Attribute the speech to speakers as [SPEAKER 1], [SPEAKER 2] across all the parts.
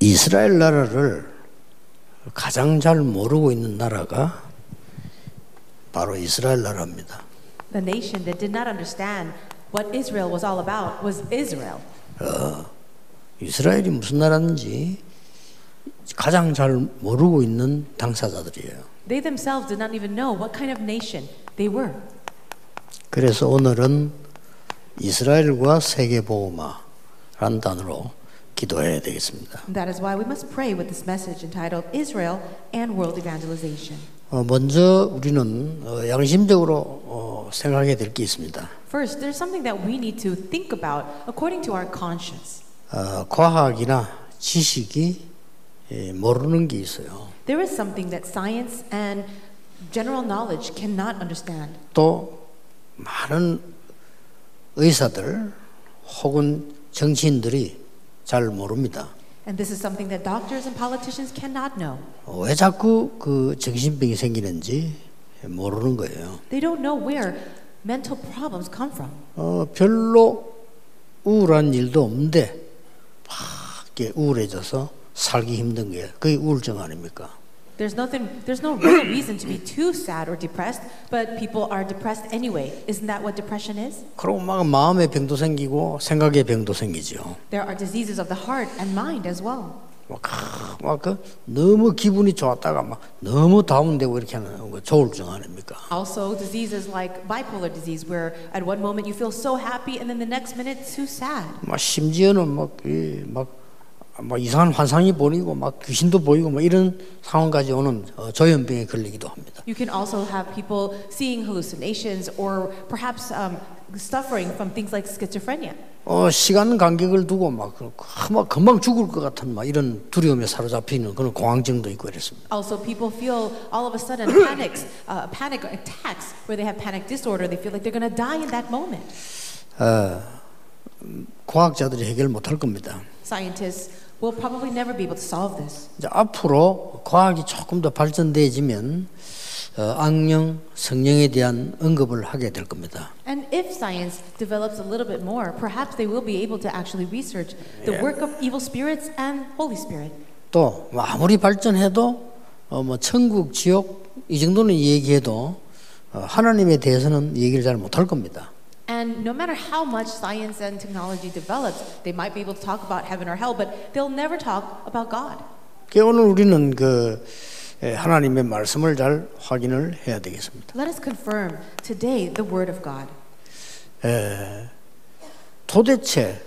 [SPEAKER 1] 이스라엘 나라를 가장 잘 모르고 있는 나라가 바로 이스라엘 나라입니다.
[SPEAKER 2] The nation that did not understand what Israel was all about was Israel.
[SPEAKER 1] 이스라엘이 무슨 나라인지 가장 잘 모르고 있는 당사자들이에요.
[SPEAKER 2] They themselves did not even know what kind of nation they were.
[SPEAKER 1] 그래서 오늘은 이스라엘과 세계보호마라는 단어로 기도해야 되겠습니다.
[SPEAKER 2] And that is why we must pray with this message entitled Israel and World Evangelization.
[SPEAKER 1] 어, 먼저 우리는 어, 양심적으로 어, 생각해야 될 게 있습니다.
[SPEAKER 2] First, there's something that we need to think about according to our conscience.
[SPEAKER 1] 어, 과학이나 지식이 예, 모르는 게 있어요.
[SPEAKER 2] There is something that science and general knowledge cannot understand.
[SPEAKER 1] 또 많은 의사들 혹은 정치인들이 잘 모릅니다.
[SPEAKER 2] And this is something that doctors and politicians cannot know.
[SPEAKER 1] 어, 왜 자꾸 그 정신병이 생기는지 모르는 거예요.
[SPEAKER 2] They don't know where mental problems come from.
[SPEAKER 1] 어, 별로 우울한 일도 없는데 막 이렇게 우울해져서 살기 힘든 거예요. 그게 우울증 아닙니까?
[SPEAKER 2] There's nothing there's no real reason to be too sad or depressed, but people are depressed anyway. Isn't that what depression is?
[SPEAKER 1] 그러고 막 마음의 병도 생기고 생각의 병도 생기죠.
[SPEAKER 2] There are diseases of the heart and mind as well.
[SPEAKER 1] 막, 크- 막 그, 너무 기분이 좋았다가 막 너무 다운되고 이렇게 하는 거 조울증 아닙니까?
[SPEAKER 2] Also, diseases like bipolar disease, where at one moment you feel so happy and then the next minute too sad.
[SPEAKER 1] 막뭐 심지어는 막, 이, 막, 막 이상한 환상이 보이고 막 귀신도 보이고 막 이런 상황까지 오는 어, 조현병에 걸리기도 합니다.
[SPEAKER 2] You can also have people seeing hallucinations or perhaps um, suffering from things like schizophrenia.
[SPEAKER 1] 어, 시간 간격을 두고 막, 그- 아, 막 금방 죽을 것 같은 막 이런 두려움에 사로잡히는 그런 공황증도 있고 이랬습니다.
[SPEAKER 2] Also, people feel all of a sudden panics, uh, panic attacks where they have panic disorder. They feel like they're going to die in that moment.
[SPEAKER 1] 과학자들이 해결 못 할 겁니다.
[SPEAKER 2] Scientists will probably never be able to solve this.
[SPEAKER 1] 이제 앞으로 과학이 조금 더 발전돼지면 어, 악령, 성령에 대한 언급을 하게 될 겁니다.
[SPEAKER 2] And if science develops a little bit more, perhaps they will be able to actually research the work of evil spirits and Holy Spirit.
[SPEAKER 1] 또뭐 아무리 발전해도 어, 뭐 천국, 지옥 이 정도는 얘기해도 어, 하나님에 대해서는 얘기를 잘 못 할 겁니다.
[SPEAKER 2] And no matter how much science and technology develops, they might be able to talk about heaven or hell, but they'll never talk about God.
[SPEAKER 1] 그러니까 오늘 우리는 그 예, 하나님의 말씀을 잘 확인을 해야 되겠습니다.
[SPEAKER 2] Let us confirm today the Word of God.
[SPEAKER 1] 도대체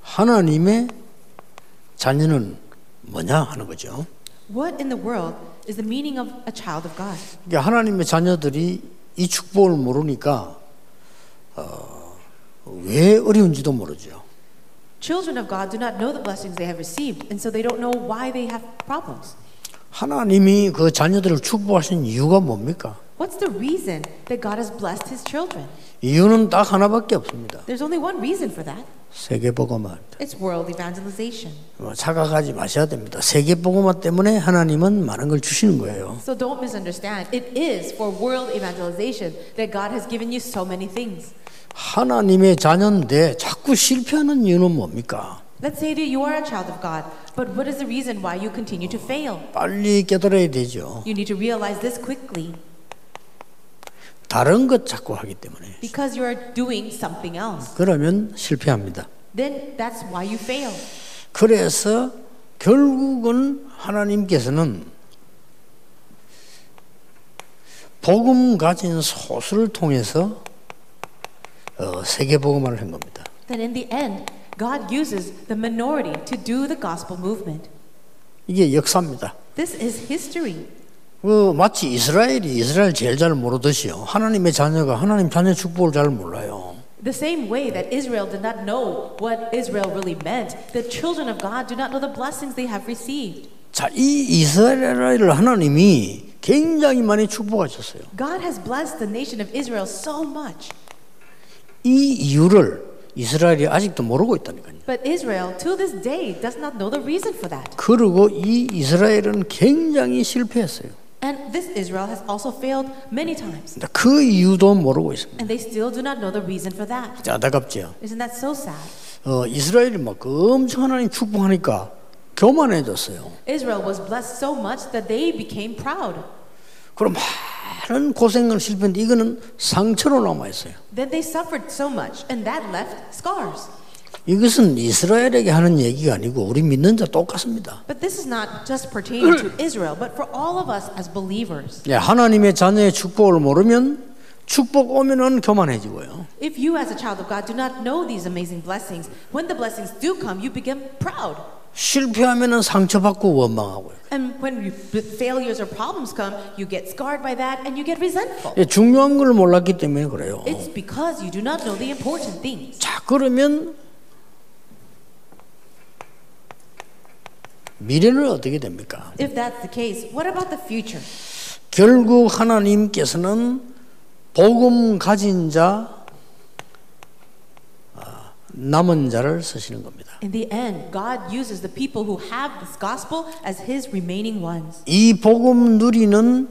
[SPEAKER 1] 하나님의 자녀는 뭐냐 하는 거죠.
[SPEAKER 2] What in the world is the meaning of a child of God?
[SPEAKER 1] 이게 그러니까 하나님의 자녀들이 이 축복을 모르니까 어, 왜 어려운지도 모르죠.
[SPEAKER 2] Children of God do not know the blessings they have received, and so they don't know why they have problems.
[SPEAKER 1] 하나님이 그 자녀들을 축복하신 이유가 뭡니까?
[SPEAKER 2] What's the reason that God has blessed His children?
[SPEAKER 1] 이유는 딱 하나밖에 없습니다.
[SPEAKER 2] There's only one reason for that
[SPEAKER 1] 세계복음화입니다.
[SPEAKER 2] it's world evangelization.
[SPEAKER 1] 어, 착각하지 마셔야 됩니다. 세계복음화 때문에 하나님은 많은 걸 주시는 거예요.
[SPEAKER 2] So don't misunderstand. It is for world evangelization that God has given you so many things.
[SPEAKER 1] 하나님의 자녀인데 자꾸 실패하는 이유는 뭡니까?
[SPEAKER 2] Let's say that you are a child of God, but what is the reason why you continue to fail?
[SPEAKER 1] 빨리 깨달아야 되죠.
[SPEAKER 2] You need to realize this quickly
[SPEAKER 1] 다른 것 자꾸 하기 때문에.
[SPEAKER 2] because you're doing something else.
[SPEAKER 1] 그러면 실패합니다.
[SPEAKER 2] Then that's why you fail.
[SPEAKER 1] 그래서 결국은 하나님께서는 복음 가진 소수를 통해서 어, 세계 복음화를 한 겁니다.
[SPEAKER 2] Then in the end, God uses the minority to do the gospel movement.
[SPEAKER 1] 이게 역사입니다.
[SPEAKER 2] This is history.
[SPEAKER 1] 그 마치 이스라엘이 이스라엘 제일 잘 모르듯이요. 하나님의 자녀가 하나님 자녀 축복을 잘 몰라요.
[SPEAKER 2] The same way that Israel did not know what Israel really meant, the children of God do not know the blessings they have received.
[SPEAKER 1] 자, 이 이스라엘을 하나님이 굉장히 많이 축복하셨어요.
[SPEAKER 2] God has blessed the nation of Israel so much,
[SPEAKER 1] 이 이유를 이스라엘이 아직도 모르고 있다니까요.
[SPEAKER 2] but Israel to this day does not know the reason for that.
[SPEAKER 1] 그리고 이 이스라엘은 굉장히 실패했어요.
[SPEAKER 2] And this Israel has also failed many times,
[SPEAKER 1] 근데 그 이유도 모르고 있습니다.
[SPEAKER 2] and they still do not know the reason for that.
[SPEAKER 1] 안타깝죠.
[SPEAKER 2] Isn't that so sad?
[SPEAKER 1] 어, 이스라엘이 막 엄청 하나님 축복하니까 교만해졌어요.
[SPEAKER 2] Israel was blessed so much that they became proud.
[SPEAKER 1] 그럼 많은 고생을 실패했는데 이거는 상처로 남아 있어요.
[SPEAKER 2] Then they suffered so much, and that left scars.
[SPEAKER 1] 이것은 이스라엘에게 하는 얘기가 아니고 우리 믿는 자 똑같습니다.
[SPEAKER 2] But this is not just pertaining to Israel, but for all of us as believers.
[SPEAKER 1] 예, 하나님의 자녀의 축복을 모르면 축복 오면은 교만해지고요.
[SPEAKER 2] If you, as a child of God, do not know these amazing blessings, when the blessings do come, you become proud.
[SPEAKER 1] 실패하면은 상처받고 원망하고요.
[SPEAKER 2] And when you, failures or problems come, you get scarred by that and you get resentful.
[SPEAKER 1] 예, 중요한 걸 몰랐기 때문에 그래요.
[SPEAKER 2] It's because you do not know the important things.
[SPEAKER 1] 자, 그러면 미래는 어떻게 됩니까?
[SPEAKER 2] If that's the case, what about the future?
[SPEAKER 1] 결국 하나님께서는 복음 가진 자 아, 남은 자를 쓰시는 겁니다.
[SPEAKER 2] In the end, God uses the people who have this gospel as his remaining ones.
[SPEAKER 1] 이 복음 누리는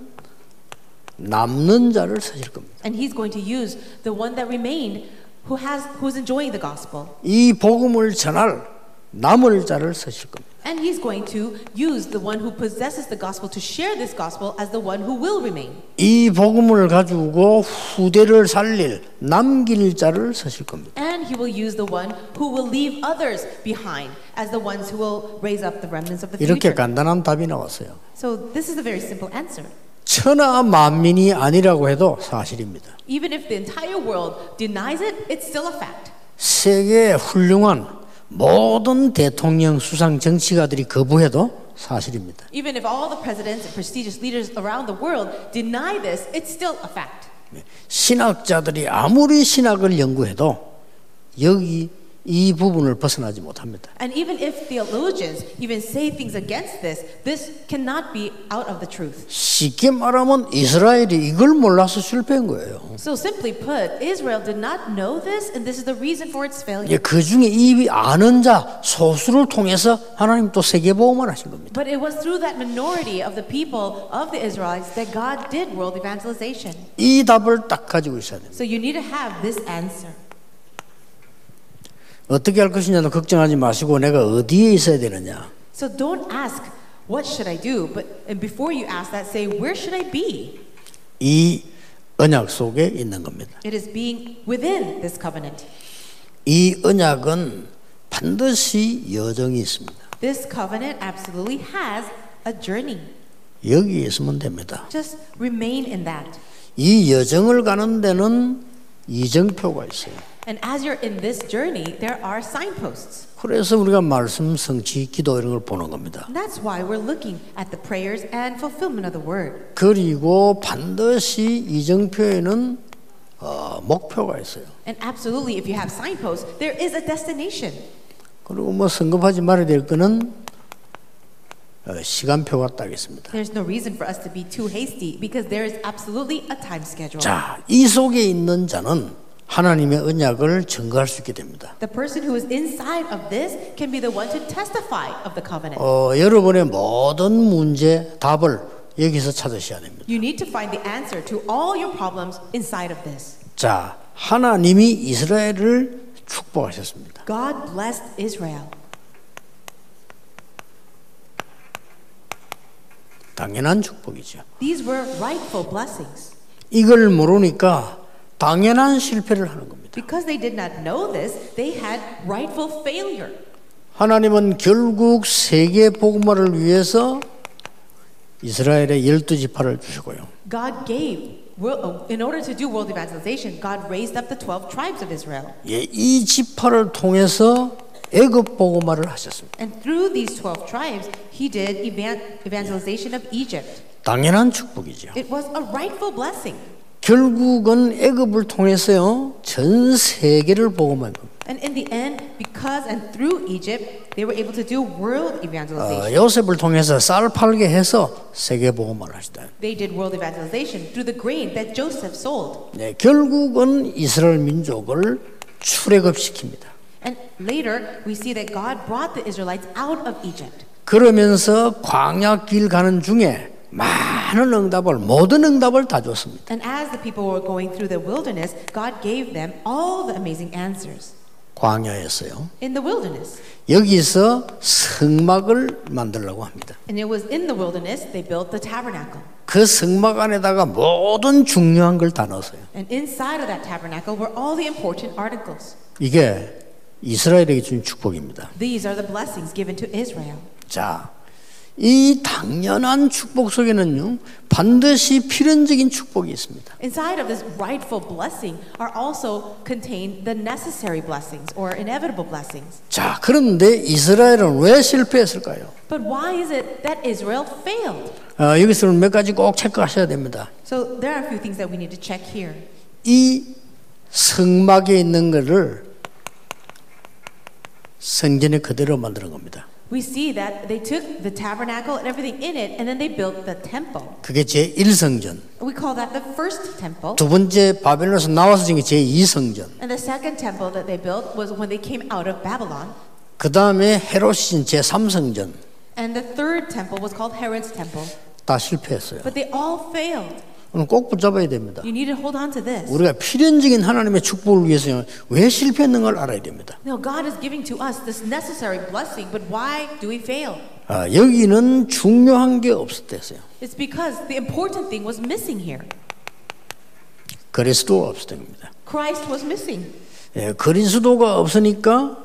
[SPEAKER 1] 남는 자를 쓰실 겁니다.
[SPEAKER 2] And he's going to use the one that remained who has who's enjoying the gospel.
[SPEAKER 1] 이 복음을 전할 남을 자를 쓰실 겁니다.
[SPEAKER 2] And he's going to use the one who possesses the gospel to share this gospel as the one who will remain.
[SPEAKER 1] 이 복음을 가지고 후대를 살릴 남길 자를 쓰실 겁니다.
[SPEAKER 2] And he will use the one who will leave others behind as the ones who will raise up the remnants of the
[SPEAKER 1] 이렇게
[SPEAKER 2] future.
[SPEAKER 1] 간단한 답이 나왔어요.
[SPEAKER 2] So this is a very simple answer.
[SPEAKER 1] 천하 만민이 아니라고 해도 사실입니다.
[SPEAKER 2] Even if the entire world denies it, it's still a fact.
[SPEAKER 1] 세계 훌륭한 모든 대통령 수상 정치가들이 거부해도 사실입니다.
[SPEAKER 2] Even if all the presidents and prestigious leaders around the world deny this, it's still a fact.
[SPEAKER 1] 신학자들이 아무리 신학을 연구해도 여기 이 부분을 벗어나지 못합니다.
[SPEAKER 2] And even if theologians even say things against this, this cannot be out of the truth.
[SPEAKER 1] 쉽게 말하면 이스라엘이 이걸 몰라서 실패한 거예요.
[SPEAKER 2] So simply put, Israel did not know this, and this is the reason for its failure.
[SPEAKER 1] 이제 그 중에 이 아는 자 소수를 통해서 하나님 또 세계 보험을 하신 겁니다.
[SPEAKER 2] But it was through that minority of the people of the Israelites that God did world evangelization.
[SPEAKER 1] 이 답을 딱 가지고 있어야 됩니다.
[SPEAKER 2] So you need to have this answer.
[SPEAKER 1] 어떻게 할 것이냐도 걱정하지 마시고 내가 어디에 있어야 되느냐.
[SPEAKER 2] So don't ask, what should I do? But and before you ask that, say, where should I be?
[SPEAKER 1] 이 언약 속에 있는 겁니다.
[SPEAKER 2] It is being within this covenant.
[SPEAKER 1] 이 언약은 반드시 여정이 있습니다.
[SPEAKER 2] This covenant absolutely has a journey.
[SPEAKER 1] 여기에 있으면 됩니다.
[SPEAKER 2] Just remain in that.
[SPEAKER 1] 이 여정을 가는 데는 이정표가 있어요.
[SPEAKER 2] And as you're in this journey, there are signposts.
[SPEAKER 1] 그래서 우리가 말씀 성취 기도 이런 걸 보는 겁니다.
[SPEAKER 2] And that's why we're looking at the prayers and fulfillment of the word.
[SPEAKER 1] 그리고 반드시 이정표에는 어, 목표가 있어요.
[SPEAKER 2] And absolutely, if you have signposts, there is a destination.
[SPEAKER 1] 그리고 뭐 성급하지 말아야 될 거는 어, 시간표가 딱 있습니다.
[SPEAKER 2] There's no reason for us to be too hasty because there is absolutely a time schedule.
[SPEAKER 1] 자, 이 속에 있는 자는 하나님의 언약을 증거할 수 있게 됩니다.
[SPEAKER 2] The person who is inside of this can be the one to testify of the covenant.
[SPEAKER 1] 어, 여러분의 모든 문제 답을 여기서 찾으셔야 됩니다.
[SPEAKER 2] You need to find the answer to all your problems inside of this.
[SPEAKER 1] 자, 하나님이 이스라엘을 축복하셨습니다.
[SPEAKER 2] God blessed Israel.
[SPEAKER 1] 당연한 축복이죠.
[SPEAKER 2] These were rightful blessings.
[SPEAKER 1] 이걸 모르니까 당연한 실패를 하는 겁니다.
[SPEAKER 2] Because they did not know this, they had rightful failure.
[SPEAKER 1] 하나님은 결국 세계 복음화를 위해서 이스라엘의 열두 지파를 주시고요.
[SPEAKER 2] God gave, wo- in order to do world evangelization, God raised up the 12 tribes of Israel.
[SPEAKER 1] 예, 이 지파를 통해서 애굽 복음화를 하셨습니다.
[SPEAKER 2] And through these 12 tribes, he did evan- evangelization of Egypt.
[SPEAKER 1] 당연한 축복이죠.
[SPEAKER 2] It was a rightful blessing.
[SPEAKER 1] 결국은 애굽을 통해서요 전 세계를 복음한 겁니다.
[SPEAKER 2] And in the end, because and through Egypt, they were able to do world
[SPEAKER 1] 어,
[SPEAKER 2] evangelization.
[SPEAKER 1] 요셉을 통해서 쌀 팔게 해서 세계 복음화를 하시다.
[SPEAKER 2] They did world evangelization through the grain that Joseph sold.
[SPEAKER 1] 네, 결국은 이스라엘 민족을 출애굽시킵니다.
[SPEAKER 2] And later, we see that God brought the Israelites out of Egypt.
[SPEAKER 1] 그러면서 광야 길 가는 중에 많은 응답을 모든 응답을 다 줬습니다.
[SPEAKER 2] And as the people were going through the wilderness, God gave them all the amazing answers.
[SPEAKER 1] 광야였어요.
[SPEAKER 2] in the wilderness.
[SPEAKER 1] 여기서 성막을 만들려고 합니다.
[SPEAKER 2] And it was in the wilderness they built the tabernacle.
[SPEAKER 1] 그 성막 안에다가 모든 중요한 걸 다 넣었어요.
[SPEAKER 2] And inside of that tabernacle were all the important articles.
[SPEAKER 1] 이게 이스라엘에게 준 축복입니다.
[SPEAKER 2] These are the blessings given to Israel.
[SPEAKER 1] 자, 이 당연한 축복 속에는요, 반드시 필연적인 축복이 있습니다.
[SPEAKER 2] Inside of this rightful blessing are also contained the necessary blessings or inevitable blessings.
[SPEAKER 1] 자, 그런데 이스라엘은 왜 실패했을까요?
[SPEAKER 2] But why is it that Israel failed?
[SPEAKER 1] 어, 여기서는 몇 가지 꼭 체크하셔야 됩니다.
[SPEAKER 2] So there are a few things that we need to check here.
[SPEAKER 1] 이 성막에 있는 것을 성전에 그대로 만드는 겁니다.
[SPEAKER 2] We see that they took the tabernacle and everything in it, and then they built the temple.
[SPEAKER 1] 그게 제 1성전.
[SPEAKER 2] We call that the first temple.
[SPEAKER 1] 두 번째 바벨론에서 나와서 지은 게제 2성전.
[SPEAKER 2] And the second temple that they built was when they came out of Babylon.
[SPEAKER 1] 그 다음에 헤롯신 제 3성전.
[SPEAKER 2] And the third temple was called Herod's temple.
[SPEAKER 1] 다 실패했어요.
[SPEAKER 2] But they all failed.
[SPEAKER 1] 오늘 꼭 붙잡아야 됩니다.
[SPEAKER 2] You need to hold on to this.
[SPEAKER 1] 우리가 필연적인 하나님의 축복을 위해서 왜 실패했는가를 알아야 됩니다.
[SPEAKER 2] Now, God is giving to us this necessary blessing, but why do we fail?
[SPEAKER 1] 아, 여기는 중요한 게 없었대요.
[SPEAKER 2] It's because the important thing was missing here.
[SPEAKER 1] 그리스도가 없었답니다.
[SPEAKER 2] Christ was missing.
[SPEAKER 1] 예, 그리스도가 없으니까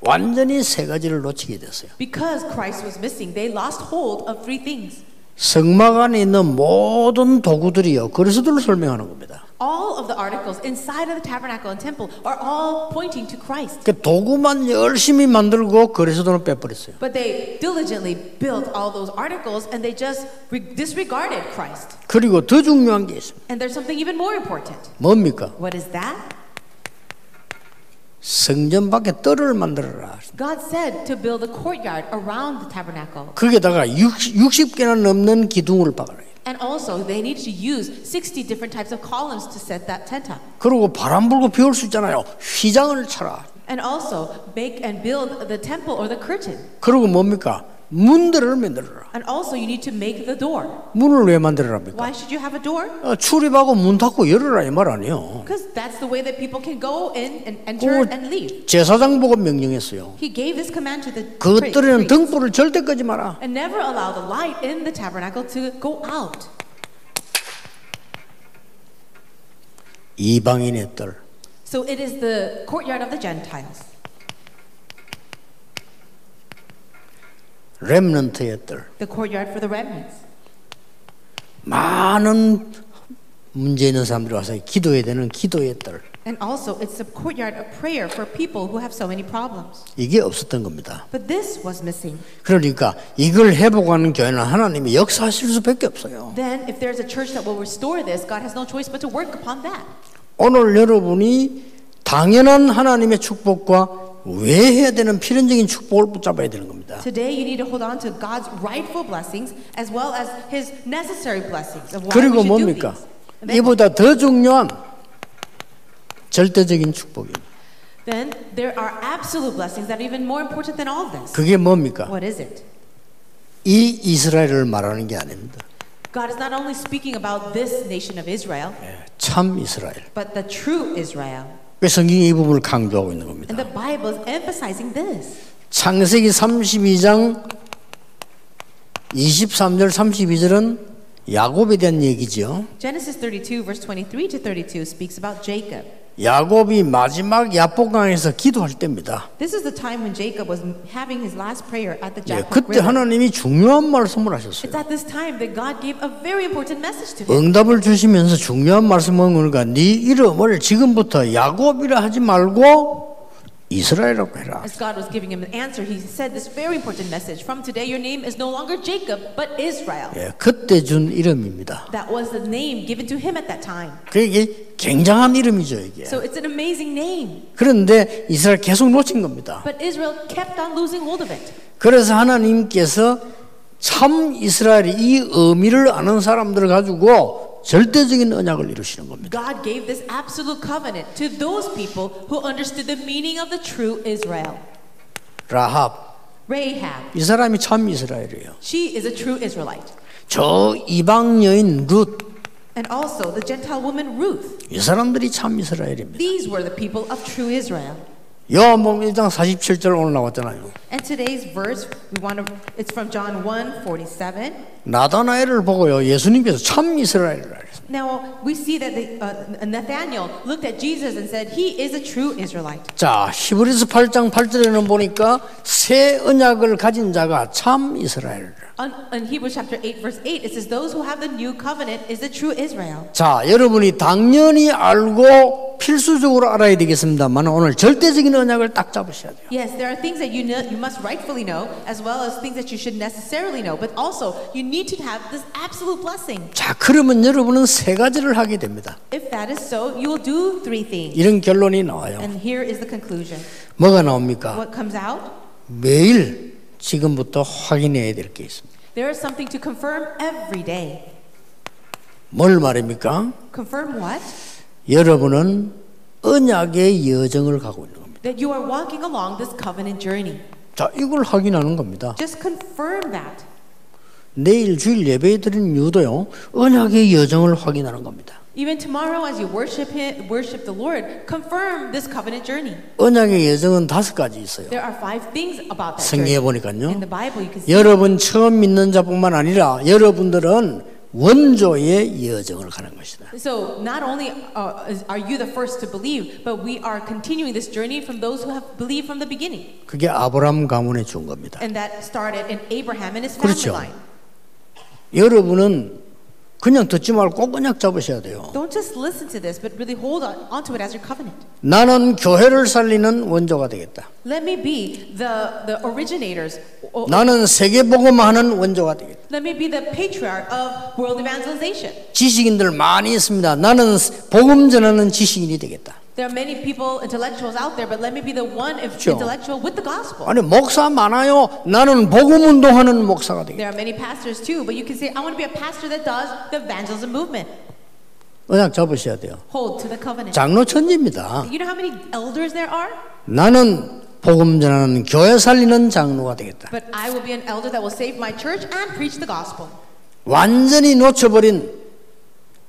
[SPEAKER 1] 완전히 세 가지를 놓치게 됐어요.
[SPEAKER 2] Because Christ was missing, they lost hold of three things.
[SPEAKER 1] 성막 안에 있는 모든 도구들이요. 그리스도를 설명하는 겁니다.
[SPEAKER 2] All of the articles inside of the tabernacle and temple are all pointing to Christ.
[SPEAKER 1] 그 도구만 열심히 만들고 그리스도는 빼버렸어요.
[SPEAKER 2] But they diligently built all those articles and they just re- disregarded Christ.
[SPEAKER 1] 그리고 더 중요한 게 있습니다.
[SPEAKER 2] And there's something even more important.
[SPEAKER 1] 뭡니까?
[SPEAKER 2] What is that?
[SPEAKER 1] 성전 밖에 뜰을 만들어라.
[SPEAKER 2] God said to build a courtyard around the tabernacle.
[SPEAKER 1] 거기에다가 60, 개나 넘는 기둥을 박아라.
[SPEAKER 2] And also, they needed to use 60 different types of columns to set that tent up.
[SPEAKER 1] 그리고 바람 불고 비올 수 있잖아요. 휘장을 차라.
[SPEAKER 2] And also, make and build the temple or the curtain.
[SPEAKER 1] 그리고 뭡니까? 문들을 만들어라.
[SPEAKER 2] And also, you need to make the door.
[SPEAKER 1] 문을 왜 만들어랍니까?
[SPEAKER 2] Why should you have a door?
[SPEAKER 1] 어, 출입하고 문 닫고 열어라 이 말 아니에요.
[SPEAKER 2] Because that's the way that people can go in and enter
[SPEAKER 1] Oh.
[SPEAKER 2] and leave.
[SPEAKER 1] 제사장 보고 명령했어요.
[SPEAKER 2] He gave this command to the pri-
[SPEAKER 1] 그것들은
[SPEAKER 2] priests,
[SPEAKER 1] 등불을 절대 끄지 마라.
[SPEAKER 2] and never allow the light in the tabernacle to go out.
[SPEAKER 1] 이방인의 뜰.
[SPEAKER 2] So it is the courtyard of the Gentiles,
[SPEAKER 1] 렘넌트의 뜰.
[SPEAKER 2] the courtyard for the remnants.
[SPEAKER 1] 많은 문제 있는 사람들이 와서 기도해야 되는 기도의 뜰.
[SPEAKER 2] And also, it's the courtyard of prayer for people who have so many problems.
[SPEAKER 1] 이게 없었던 겁니다.
[SPEAKER 2] But this was missing.
[SPEAKER 1] 그러니까 이걸 회복하는 교회는 하나님이 역사하실 수밖에 없어요.
[SPEAKER 2] Then, if there's a church that will restore this, God has no choice but to work upon that.
[SPEAKER 1] 오늘 여러분이 당연한 하나님의 축복과 왜 해야 되는 필연적인 축복을 붙잡아야 되는 겁니다.
[SPEAKER 2] Today, you need to hold on to God's rightful blessings as well as His necessary blessings of why we
[SPEAKER 1] 그리고
[SPEAKER 2] should do
[SPEAKER 1] 뭡니까?
[SPEAKER 2] these. And then,
[SPEAKER 1] 이보다 더 중요한 절대적인 축복입니다.
[SPEAKER 2] then there are absolute blessings that are even more important than all this.
[SPEAKER 1] 그게 뭡니까?
[SPEAKER 2] What is it?
[SPEAKER 1] 이 이스라엘을 말하는 게 아닙니다.
[SPEAKER 2] God is not only speaking about this nation of Israel,
[SPEAKER 1] 참 이스라엘.
[SPEAKER 2] but the true Israel.
[SPEAKER 1] 왜 성경이 이 부분을 강조하고 있는
[SPEAKER 2] And
[SPEAKER 1] 겁니다.
[SPEAKER 2] the Bible is emphasizing this.
[SPEAKER 1] 창세기 32장 23절 32절은 야곱에 대한 얘기죠.
[SPEAKER 2] Genesis 32, verse 23 to 32, speaks about Jacob.
[SPEAKER 1] 야곱이 마지막 야복강에서 기도할 때입니다.
[SPEAKER 2] This is the time when Jacob was having his last prayer at the
[SPEAKER 1] 예,
[SPEAKER 2] Jacob
[SPEAKER 1] 그때
[SPEAKER 2] River.
[SPEAKER 1] 하나님이 중요한 말씀을 하셨어요.
[SPEAKER 2] It's at this time that God gave a very important message to him.
[SPEAKER 1] 응답을 주시면서 중요한 말씀을 그러니까 네 이름을 지금부터 야곱이라 하지 말고 이스라엘이라고 해라.
[SPEAKER 2] As God was giving him an answer, he said this very important message From today, your name is no longer Jacob, but Israel.
[SPEAKER 1] 예, 그때 준 이름입니다.
[SPEAKER 2] That was the name given to him at that time.
[SPEAKER 1] 그게 굉장한 이름이죠 이게.
[SPEAKER 2] So it's an amazing name.
[SPEAKER 1] 그런데 이스라엘 계속 놓친 겁니다.
[SPEAKER 2] But Israel kept on losing hold of it.
[SPEAKER 1] 그래서 하나님께서 참 이스라엘이 이 의미를 아는 사람들을 가지고 절대적인 언약을 이루시는 겁니다.
[SPEAKER 2] God gave this absolute covenant to those people who understood the meaning of the true Israel.
[SPEAKER 1] 라합
[SPEAKER 2] Rahab,
[SPEAKER 1] 이 사람이 참 이스라엘이에요.
[SPEAKER 2] she is a true Israelite.
[SPEAKER 1] 저 이방 여인 룻
[SPEAKER 2] and also the Gentile woman Ruth.
[SPEAKER 1] 이 사람들이 참 이스라엘입니다.
[SPEAKER 2] These were the people of true Israel.
[SPEAKER 1] 요한복음 1장 47절 오늘 나왔잖아요.
[SPEAKER 2] And today's verse, we want to, it's from John 1 47.
[SPEAKER 1] 나다나엘을 보고요. 예수님께서 참 이스라엘을 알았어요.
[SPEAKER 2] Now, we see that the, uh, Nathaniel looked at Jesus and said, He is a true Israelite.
[SPEAKER 1] 자, 히브리서 8장 8절에는 보니까 새 언약을 가진 자가 참 이스라엘.
[SPEAKER 2] On, in Hebrews chapter 8, verse 8, it says, Those who have the new covenant is the true Israel.
[SPEAKER 1] 자, 여러분이 당연히 알고 필수적으로 알아야 되겠습니다만 오늘 절대적인 언약을 딱 잡으셔야 돼요.
[SPEAKER 2] Yes, there are things that you, know, you must rightfully know, as well as things that you should necessarily know, but also you need to have this absolute blessing.
[SPEAKER 1] 자, 그러면 여러분은 세 가지를 하게 됩니다.
[SPEAKER 2] If that is so, you will do three things.
[SPEAKER 1] 이런 결론이 나와요.
[SPEAKER 2] And here is the conclusion.
[SPEAKER 1] 뭐가 나옵니까?
[SPEAKER 2] What comes out?
[SPEAKER 1] 매일 지금부터 확인해야 될 게 있습니다.
[SPEAKER 2] There is something to confirm every day.
[SPEAKER 1] 뭘 말입니까?
[SPEAKER 2] Confirm what?
[SPEAKER 1] 여러분은 언약의 여정을 가고 있는 겁니다.
[SPEAKER 2] That you are walking along this covenant journey.
[SPEAKER 1] 자, 이걸 확인하는 겁니다.
[SPEAKER 2] Just confirm that.
[SPEAKER 1] 내일 주일 예배 드리는 이유도요. 언약의 여정을 확인하는 겁니다.
[SPEAKER 2] Even tomorrow, as you worship Him, worship the Lord, confirm this covenant journey.
[SPEAKER 1] 언약의 여정은 다섯 가지 있어요.
[SPEAKER 2] There are five things about that
[SPEAKER 1] 성경에
[SPEAKER 2] journey. In
[SPEAKER 1] 보니까요.
[SPEAKER 2] the Bible, you can see
[SPEAKER 1] 여러분 처음 믿는 자뿐만 아니라 여러분들은 원조의 여정을 가는 것이다.
[SPEAKER 2] So not only uh, is- are you the first to believe, but we are continuing this journey from those who have believed from the beginning,
[SPEAKER 1] 그게 아브라함 가문에 준 겁니다.
[SPEAKER 2] and that started in Abraham and his family
[SPEAKER 1] 그렇죠.
[SPEAKER 2] line.
[SPEAKER 1] 여러분은 그냥 듣지 말고 언약 잡으셔야 돼요.
[SPEAKER 2] Don't just listen to this, but really hold on onto it as your covenant.
[SPEAKER 1] 나는 교회를 살리는 원조가 되겠다.
[SPEAKER 2] Let me be the the originators. o-
[SPEAKER 1] 나는 세계 복음하는 원조가 되겠다.
[SPEAKER 2] Let me be the patriarch of world evangelization.
[SPEAKER 1] 지식인들 많이 있습니다. 나는 복음 전하는 지식인이 되겠다.
[SPEAKER 2] There are many people, intellectuals out there, but let me be the one if
[SPEAKER 1] Sure.
[SPEAKER 2] intellectual with the gospel.
[SPEAKER 1] 아니 목사 많아요. 나는 복음 운동하는 목사가 되겠다.
[SPEAKER 2] There are many pastors too, but you can say, I want to be a pastor that does the evangelism movement.
[SPEAKER 1] 언약 잡으셔야 돼요.
[SPEAKER 2] Hold to the covenant.
[SPEAKER 1] 장로 천지입니다.
[SPEAKER 2] You know how many elders there are?
[SPEAKER 1] 나는 복음 전하는 교회 살리는 장로가 되겠다.
[SPEAKER 2] But I will be an elder that will save my church and preach the gospel.
[SPEAKER 1] 완전히 놓쳐버린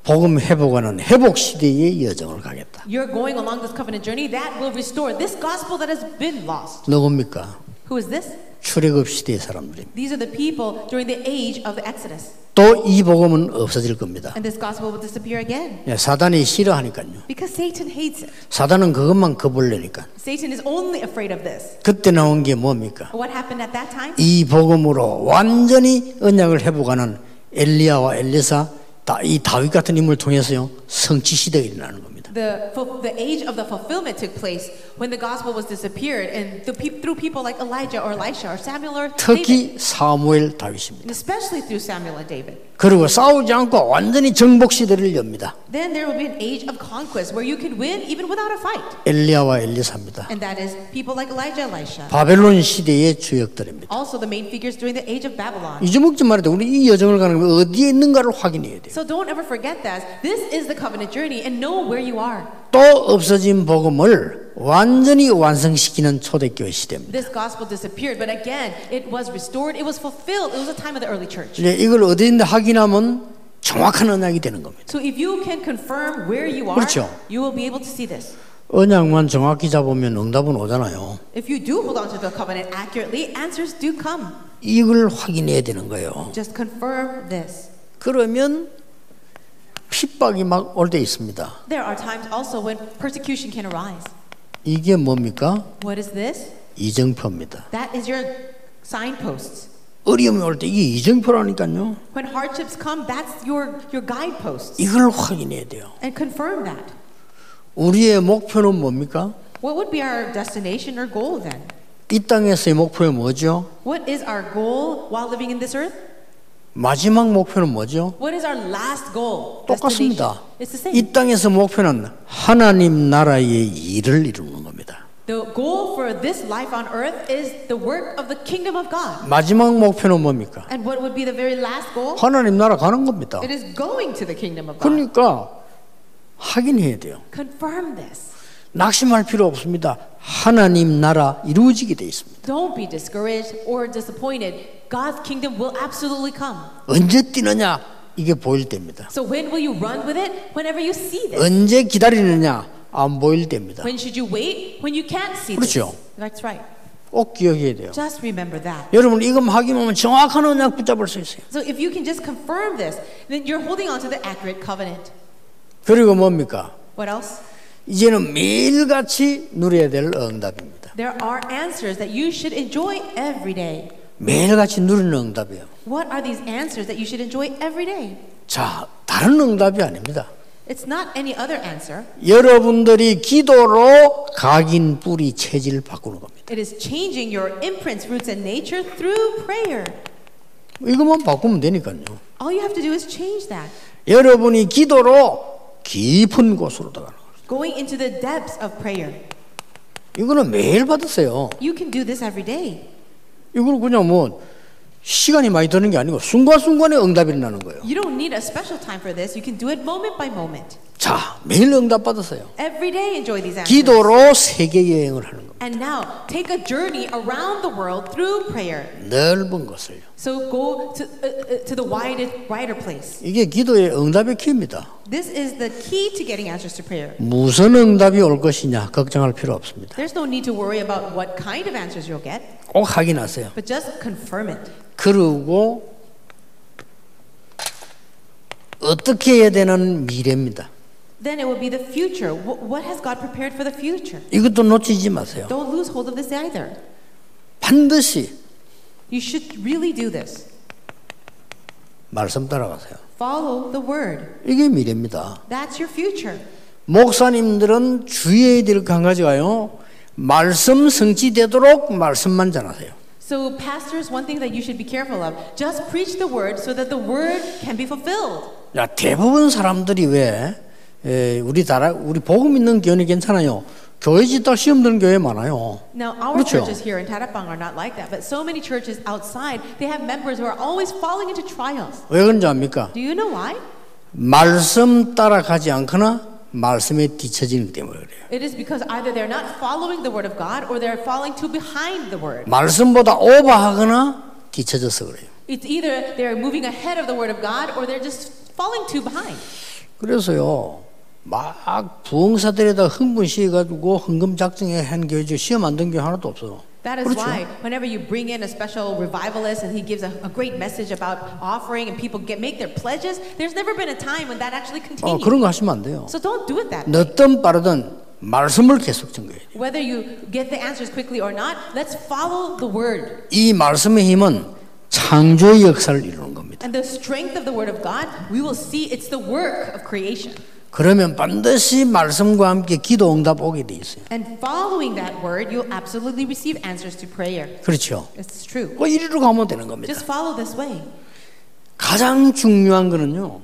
[SPEAKER 1] 복음 회복하는 회복 시대의 여정을 가겠다.
[SPEAKER 2] You're going along this covenant journey that will restore this gospel that has been lost.
[SPEAKER 1] 누굽니까?
[SPEAKER 2] Who is this?
[SPEAKER 1] 출애굽 시대의 사람들입니다.
[SPEAKER 2] These are the people during the age of the Exodus.
[SPEAKER 1] 또 이 복음은 없어질 겁니다.
[SPEAKER 2] And this gospel will disappear again
[SPEAKER 1] 예, 사단이 싫어하니까요.
[SPEAKER 2] because Satan hates it.
[SPEAKER 1] 사단은 그것만 겁을 내니까.
[SPEAKER 2] Satan is only afraid of this.
[SPEAKER 1] 그때 나온 게 뭡니까?
[SPEAKER 2] What happened at that time?
[SPEAKER 1] 이 복음으로 완전히 언약을 회복하는 엘리야와 엘리사, 다- 이 다윗 같은 인물 을 통해서요 성취 시대가 일어나는 겁니다.
[SPEAKER 2] The, fu- the age of the fulfillment took place when the gospel was disappeared and the peop through people like Elijah or Elisha or Samuel or David,
[SPEAKER 1] 특히 사무엘 다윗입니다.
[SPEAKER 2] and especially through Samuel and David.
[SPEAKER 1] 그리고 싸우지 않고 완전히 정복 시대를 엽니다.
[SPEAKER 2] Then there will be an age of conquest where you can win even without a fight.
[SPEAKER 1] 엘리야와 엘리사입니다.
[SPEAKER 2] And that is people like Elijah, Elisha.
[SPEAKER 1] 바벨론 시대의 주역들입니다.
[SPEAKER 2] Also the main figures during the age of Babylon.
[SPEAKER 1] 잊어먹지 말아야 돼. 우리 이 여정을 가는 건 어디에 있는가를 확인해야 돼요.
[SPEAKER 2] So don't ever forget that. This is the covenant journey and know where you are.
[SPEAKER 1] 또 없어진 복음을 완전히 완성시키는 초대교회 시대입니다.
[SPEAKER 2] This gospel disappeared, but again, it was restored, it was fulfilled. It was a time of the early church.
[SPEAKER 1] 이제 이걸 어디인데 확인하면 정확한 언약이 되는 겁니다.
[SPEAKER 2] So if you can confirm where you are,
[SPEAKER 1] 그렇죠.
[SPEAKER 2] you will be able to see this.
[SPEAKER 1] 언약만 정확히 잡으면 응답은 오잖아요.
[SPEAKER 2] If you do hold on to the covenant accurately, answers do come.
[SPEAKER 1] 이걸 확인해야 되는 거예요.
[SPEAKER 2] Just confirm this.
[SPEAKER 1] 그러면 핍박이 막 올 때 있습니다.
[SPEAKER 2] There are times also when persecution can arise.
[SPEAKER 1] 이게 뭡니까?
[SPEAKER 2] What is this?
[SPEAKER 1] 이정표입니다.
[SPEAKER 2] That is your signposts.
[SPEAKER 1] 어려움이 올 때 이게 이정표라니까요.
[SPEAKER 2] When hardships come, that's your, your guideposts.
[SPEAKER 1] 이걸 확인해야 돼요.
[SPEAKER 2] And confirm that.
[SPEAKER 1] 우리의 목표는 뭡니까?
[SPEAKER 2] What would be our destination or goal then?
[SPEAKER 1] 이 땅에서의 목표는 뭐죠?
[SPEAKER 2] What is our goal while living in this earth?
[SPEAKER 1] 마지막 목표는 뭐죠?
[SPEAKER 2] What is our last goal? Destination.
[SPEAKER 1] 똑같습니다.
[SPEAKER 2] It's the same.
[SPEAKER 1] 이 땅에서 목표는 하나님 나라의 일을 이루는 겁니다.
[SPEAKER 2] The goal for this life on earth is the work of the kingdom of God.
[SPEAKER 1] 마지막 목표는 뭡니까?
[SPEAKER 2] And what would be the very last goal?
[SPEAKER 1] 하나님 나라 가는 겁니다.
[SPEAKER 2] It is going to the kingdom of God.
[SPEAKER 1] 그러니까 확인해야 돼요.
[SPEAKER 2] Confirm this.
[SPEAKER 1] 낙심할 필요 없습니다. 하나님 나라 이루어지게 돼 있습니다.
[SPEAKER 2] Don't be discouraged or disappointed. God's kingdom will absolutely come.
[SPEAKER 1] 언제 뛰느냐? 이게 보일 때입니다.
[SPEAKER 2] So when will you run with it? Whenever you see this.
[SPEAKER 1] 언제 기다리느냐? 안 보일 때입니다.
[SPEAKER 2] When should you wait? When you can't see
[SPEAKER 1] 그렇죠.
[SPEAKER 2] this. That's right.
[SPEAKER 1] 꼭 기억해야 돼요.
[SPEAKER 2] Just remember that.
[SPEAKER 1] 여러분 이것만 하기만 하면 정확한 언약 붙잡을 수 있어요.
[SPEAKER 2] So if you can just confirm this, then you're holding on to the accurate covenant.
[SPEAKER 1] 그리고 뭡니까?
[SPEAKER 2] What else?
[SPEAKER 1] 이제는 매일같이 누려야 될 응답입니다.
[SPEAKER 2] There are answers that you should enjoy every day.
[SPEAKER 1] 매일같이 누리는 응답이에요.
[SPEAKER 2] What are these answers that you should enjoy every day?
[SPEAKER 1] 자, 다른 응답이 아닙니다.
[SPEAKER 2] It's not any other answer.
[SPEAKER 1] 여러분들이 기도로 각인 뿌리 체질 바꾸는 겁니다.
[SPEAKER 2] It is changing your imprints, roots, and nature through prayer.
[SPEAKER 1] 이것만 바꾸면 되니까요.
[SPEAKER 2] All you have to do is change that.
[SPEAKER 1] 여러분이 기도로 깊은 곳으로 들어가는 거예요.
[SPEAKER 2] Going into the depths of prayer.
[SPEAKER 1] 이거는 매일 받으세요.
[SPEAKER 2] You can do this every day.
[SPEAKER 1] 이거는 그냥 뭐 시간이 많이 드는 게 아니고 순간순간에 응답이 일어나는 거예요.
[SPEAKER 2] You don't need a special time for this. You can do it moment by moment.
[SPEAKER 1] 자, 매일 응답 받으세요.
[SPEAKER 2] Every day, enjoy these answers.
[SPEAKER 1] 기도로 세계 여행을 하는 겁니다.
[SPEAKER 2] And now, take a journey around the world through prayer.
[SPEAKER 1] 넓은 것을요.
[SPEAKER 2] So go to, uh, uh, to the wider, wider place.
[SPEAKER 1] 이게 기도의 응답의 키입니다.
[SPEAKER 2] This is the key to getting answers to prayer.
[SPEAKER 1] 무슨 응답이 올 것이냐 걱정할 필요 없습니다.
[SPEAKER 2] There's no need to worry about what kind of answers you'll get,
[SPEAKER 1] 꼭 확인하세요.
[SPEAKER 2] but just confirm it.
[SPEAKER 1] 그리고 어떻게 해야 되는 미래입니다.
[SPEAKER 2] Then it will be the future. Wh- what has God prepared for the future?
[SPEAKER 1] 이것도 놓치지 마세요.
[SPEAKER 2] Don't lose hold of this either.
[SPEAKER 1] 반드시
[SPEAKER 2] You should really do this.
[SPEAKER 1] 말씀 따라가세요.
[SPEAKER 2] Follow the word.
[SPEAKER 1] 이게 미래입니다.
[SPEAKER 2] That's your future.
[SPEAKER 1] 목사님들은 주의해야 될 강가지가요. 말씀 성취되도록 말씀만 전하세요.
[SPEAKER 2] So, pastors, one thing that you should be careful of just preach the word so that the word can be fulfilled.
[SPEAKER 1] 야, 대부분 사람들이 왜 에, 우리 나라 우리 복음 있는 교회는 괜찮아요. 교회 짓다 시험 드는 교회 많아요.
[SPEAKER 2] Now, our
[SPEAKER 1] 그렇죠.
[SPEAKER 2] churches here in Tarapang are not like that, but so many churches outside, they have members who are always falling into trials.
[SPEAKER 1] 왜 그런지 압니까?
[SPEAKER 2] Do you know why?
[SPEAKER 1] 말씀 따라가지 않거나 말씀에 뒤처지기 때문에 그래요.
[SPEAKER 2] It is because either they're not following the word of God or they're falling too behind the word.
[SPEAKER 1] 말씀보다 오버하거나 뒤처져서 그래요.
[SPEAKER 2] It's either they're moving ahead of the word of God or they're just falling too behind.
[SPEAKER 1] 그래서요. 막 부흥사들에다 흥분 시켜가지고 헌금 작정에 한 교회 중 시험 안 된 교회 하나도 없어요.
[SPEAKER 2] That is why whenever you bring in a special revivalist and he gives a, a great message about offering and people get make their pledges, there's never been a time when that actually
[SPEAKER 1] 어,
[SPEAKER 2] continues.
[SPEAKER 1] 그런 거 하시면 안 돼요.
[SPEAKER 2] so don't do it that way.
[SPEAKER 1] 늦든 빠르든 말씀을 계속 전거예요.
[SPEAKER 2] Whether you get the answers quickly or not, let's follow the word.
[SPEAKER 1] 이 말씀의 힘은 창조의 역사를 이루는 겁니다.
[SPEAKER 2] And the strength of the word of God, we will see it's the work of creation.
[SPEAKER 1] 그러면 반드시 말씀과 함께 기도 응답 오게 돼 있어요.
[SPEAKER 2] And following that word, you'll absolutely receive answers to prayer.
[SPEAKER 1] 그렇죠.
[SPEAKER 2] It's true.
[SPEAKER 1] 뭐 이리로 가면 되는 겁니다.
[SPEAKER 2] Just follow this way.
[SPEAKER 1] 가장 중요한 거는요.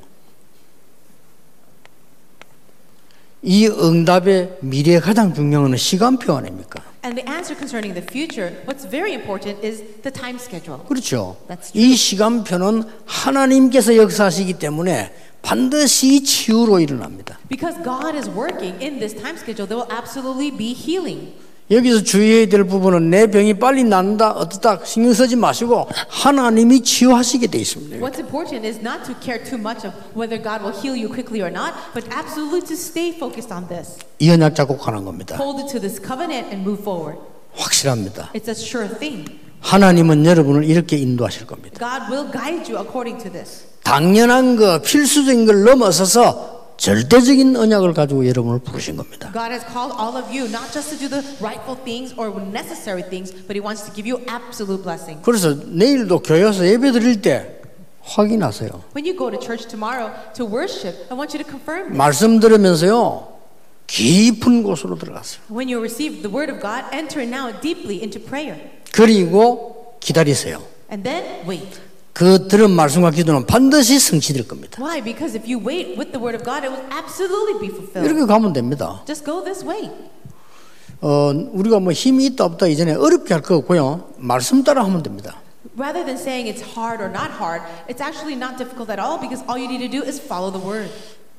[SPEAKER 1] 이 응답의 미래에 가장 중요한 건 시간표 아닙니까?
[SPEAKER 2] And the answer concerning the future, what's very important is the time schedule.
[SPEAKER 1] 그렇죠.
[SPEAKER 2] That's true.
[SPEAKER 1] 이 시간표는 하나님께서 역사하시기 때문에 반드시 치유로 일어납니다.
[SPEAKER 2] Because God is working in this time schedule, there will absolutely be healing.
[SPEAKER 1] 여기서 주의해야 될 부분은 내 병이 빨리 낫는다 어떻다 신경 쓰지 마시고 하나님이 치유하시게 돼 있습니다.
[SPEAKER 2] What's important is not to care too much of whether God will heal you quickly or not, but absolutely to stay focused on this.
[SPEAKER 1] 이 언약 작곡하는 겁니다.
[SPEAKER 2] Hold it to this covenant and move forward.
[SPEAKER 1] 확실합니다.
[SPEAKER 2] It's a sure thing.
[SPEAKER 1] 하나님은 여러분을 이렇게 인도하실 겁니다.
[SPEAKER 2] God will guide you according to this.
[SPEAKER 1] 당연한 거 필수적인 걸 넘어서서 절대적인 언약을 가지고 여러분을 부르신 겁니다.
[SPEAKER 2] God has called all of you not just to do the rightful things or necessary things, but He wants to give you absolute blessing.
[SPEAKER 1] 그래서 내일도 교회에서 예배 드릴 때 확인하세요.
[SPEAKER 2] When you go to church tomorrow to worship, I want you to confirm this.
[SPEAKER 1] 말씀 들으면서요. 깊은 곳으로 들어가세요.
[SPEAKER 2] When you receive the word of God, enter now deeply into prayer.
[SPEAKER 1] 그리고 기다리세요.
[SPEAKER 2] And then wait.
[SPEAKER 1] 그 들은 말씀과 기도는 반드시 성취될 겁니다.
[SPEAKER 2] Why? Because if you wait with the word of God, it will absolutely be fulfilled.
[SPEAKER 1] 이렇게 가면 됩니다.
[SPEAKER 2] Just go this way.
[SPEAKER 1] 어, 우리가 뭐 힘이 있다 없다 이전에 어렵게 할 거 없고요. 말씀 따라 하면 됩니다.
[SPEAKER 2] Rather than saying it's hard or not hard, it's actually not difficult at all because all you need to do is follow the word.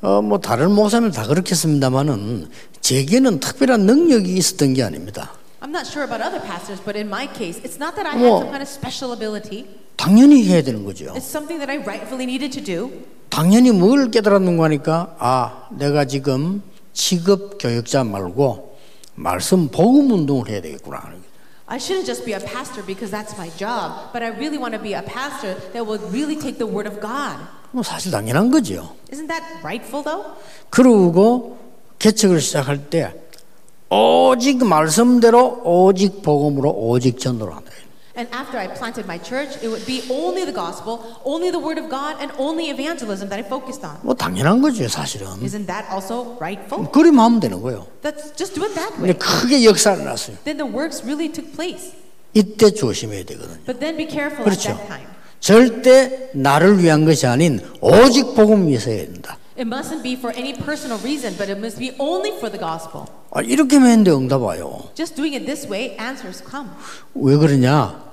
[SPEAKER 1] 어, 뭐 다른 목사님 다 그렇겠습니다만은 제게는 특별한 능력이 있었던 게 아닙니다.
[SPEAKER 2] I'm not sure about other pastors, but in my case, it's not that I
[SPEAKER 1] Well-
[SPEAKER 2] had some kind of special ability.
[SPEAKER 1] 당연히 해야 되는 거죠.
[SPEAKER 2] It's something that I rightfully needed to do.
[SPEAKER 1] 당연히 뭘 깨달았는가 하니까 아 내가 지금 직업 교역자 말고 말씀 복음 운동을 해야 되겠구나 하는 거죠.
[SPEAKER 2] I shouldn't just be a pastor because that's my job, but I really want to be a pastor that will really take the word of God.
[SPEAKER 1] 뭐 사실 당연한 거죠.
[SPEAKER 2] Isn't that rightful though?
[SPEAKER 1] 그러고 개척을 시작할 때 오직 말씀대로 오직 복음으로 오직 전도를 한다.
[SPEAKER 2] And after I planted my church, it would be only the gospel, only the word of God, and only evangelism that I focused on.
[SPEAKER 1] 뭐 당연한 거죠 사실은.
[SPEAKER 2] Isn't that also rightful?
[SPEAKER 1] 그림 하면 되는 거예요.
[SPEAKER 2] That's just do it that
[SPEAKER 1] 근데
[SPEAKER 2] way.
[SPEAKER 1] 크게 역사를 났어요.
[SPEAKER 2] Then the works really took place.
[SPEAKER 1] 이때 조심해야 되거든요.
[SPEAKER 2] But then be careful at
[SPEAKER 1] 그렇죠.
[SPEAKER 2] that time.
[SPEAKER 1] 절대 나를 위한 것이 아닌 오직 복음 위해서 해야 된다.
[SPEAKER 2] It mustn't be for any personal reason, but it must be only for the gospel.
[SPEAKER 1] 아, 이렇게 했는데 응답 와요.
[SPEAKER 2] Just doing it this way, answers come.
[SPEAKER 1] 왜 그러냐?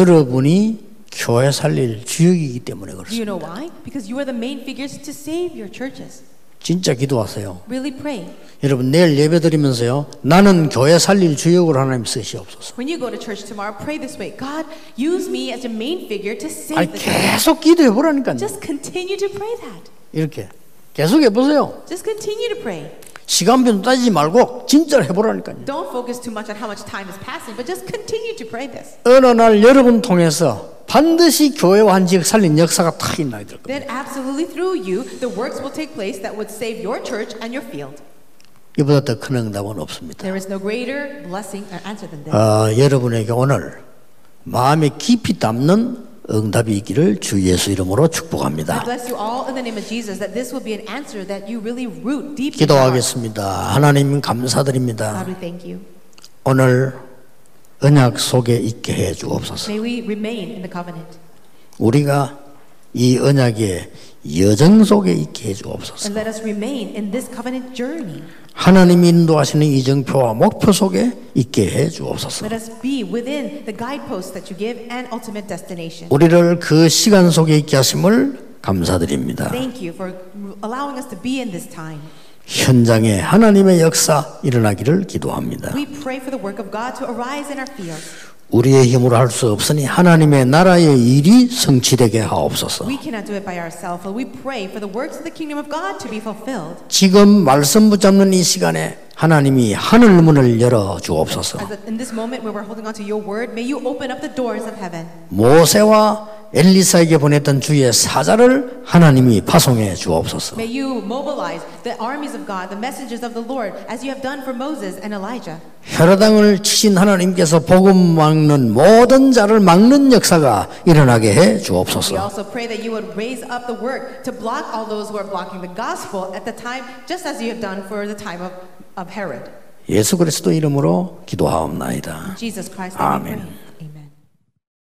[SPEAKER 1] 여러분이 교회 살릴 주역이기 때문에
[SPEAKER 2] Do
[SPEAKER 1] 그렇습니다.
[SPEAKER 2] you know why? Because you are the main figures to save your churches.
[SPEAKER 1] 진짜 기도하세요.
[SPEAKER 2] Really pray.
[SPEAKER 1] 여러분 내일 예배 드리면서요. 나는 교회 살릴 주역으로 하나님 쓰시옵소서.
[SPEAKER 2] When you go to church tomorrow, pray this way God, use me as your main figure to save
[SPEAKER 1] 아니
[SPEAKER 2] the church.
[SPEAKER 1] 계속 기도해 보라니까요.
[SPEAKER 2] Just continue to pray that.
[SPEAKER 1] 이렇게 계속 해 보세요.
[SPEAKER 2] Just continue to pray.
[SPEAKER 1] 시간표는 따지지 말고 진짜로 해 보라니까요.
[SPEAKER 2] Don't focus too much on how much time is passing, but just continue to pray this.
[SPEAKER 1] 어느 날 여러분 통해서 반드시 교회와 한 지역 살린 역사가 탁 일어나게 될 겁니다.
[SPEAKER 2] Then, absolutely through you, the works will take place that would save your church and your field.
[SPEAKER 1] 이보다 더 큰 응답은 없습니다.
[SPEAKER 2] There is no greater blessing or answer than this.
[SPEAKER 1] 어, 여러분에게 오늘 마음에 깊이 담는 응답이 있기를 주 예수 이름으로
[SPEAKER 2] I
[SPEAKER 1] 축복합니다.
[SPEAKER 2] bless you all in the name of Jesus that this will be an answer that you really root deep in your heart.
[SPEAKER 1] 기도하겠습니다. 하나님 감사드립니다.
[SPEAKER 2] God, we thank you.
[SPEAKER 1] 오늘 언약 속에 있게 해 주옵소서.
[SPEAKER 2] May we remain in the covenant
[SPEAKER 1] 우리가 이 언약의 여정 속에 있게 해 주옵소서.
[SPEAKER 2] and let us remain in this covenant journey.
[SPEAKER 1] 하나님 인도하시는 이정표와 목표 속에 있게 해 주옵소서.
[SPEAKER 2] Let us be within the guideposts that you give and ultimate destination.
[SPEAKER 1] 우리를 그 시간 속에 있게 하심을 감사드립니다.
[SPEAKER 2] Thank you for allowing us to be in this time.
[SPEAKER 1] 현장에 하나님의 역사 일어나기를 기도합니다.
[SPEAKER 2] We pray for the work of God to arise in our fields.
[SPEAKER 1] 우리의 힘으로 할 수 없으니 하나님의 나라의 일이 성취되게 하옵소서.
[SPEAKER 2] We cannot do it by ourselves, but we pray for the works of the kingdom of God to be fulfilled.
[SPEAKER 1] 지금 말씀 붙잡는 이 시간에 하나님이 하늘 문을 열어 주옵소서.
[SPEAKER 2] As in this moment where we're holding on to your word, may you open up the doors of heaven.
[SPEAKER 1] 모세와 엘리사에게 보냈던 주의 사자를 하나님이 파송해 주옵소서.
[SPEAKER 2] May you mobilize the armies of God, the messengers of the Lord, as you have done for Moses and Elijah.
[SPEAKER 1] 혈어당을 치신 하나님께서 복음 막는 모든 자를 막는 역사가 일어나게 해
[SPEAKER 2] We
[SPEAKER 1] 주옵소서.
[SPEAKER 2] also pray that you would raise up the work to block all those who are blocking the gospel at the time, just as you have done for the time of, of Herod.
[SPEAKER 1] 예수 그리스도 이름으로 기도하옵나이다.
[SPEAKER 2] Jesus Christ,
[SPEAKER 1] Amen.
[SPEAKER 2] Amen.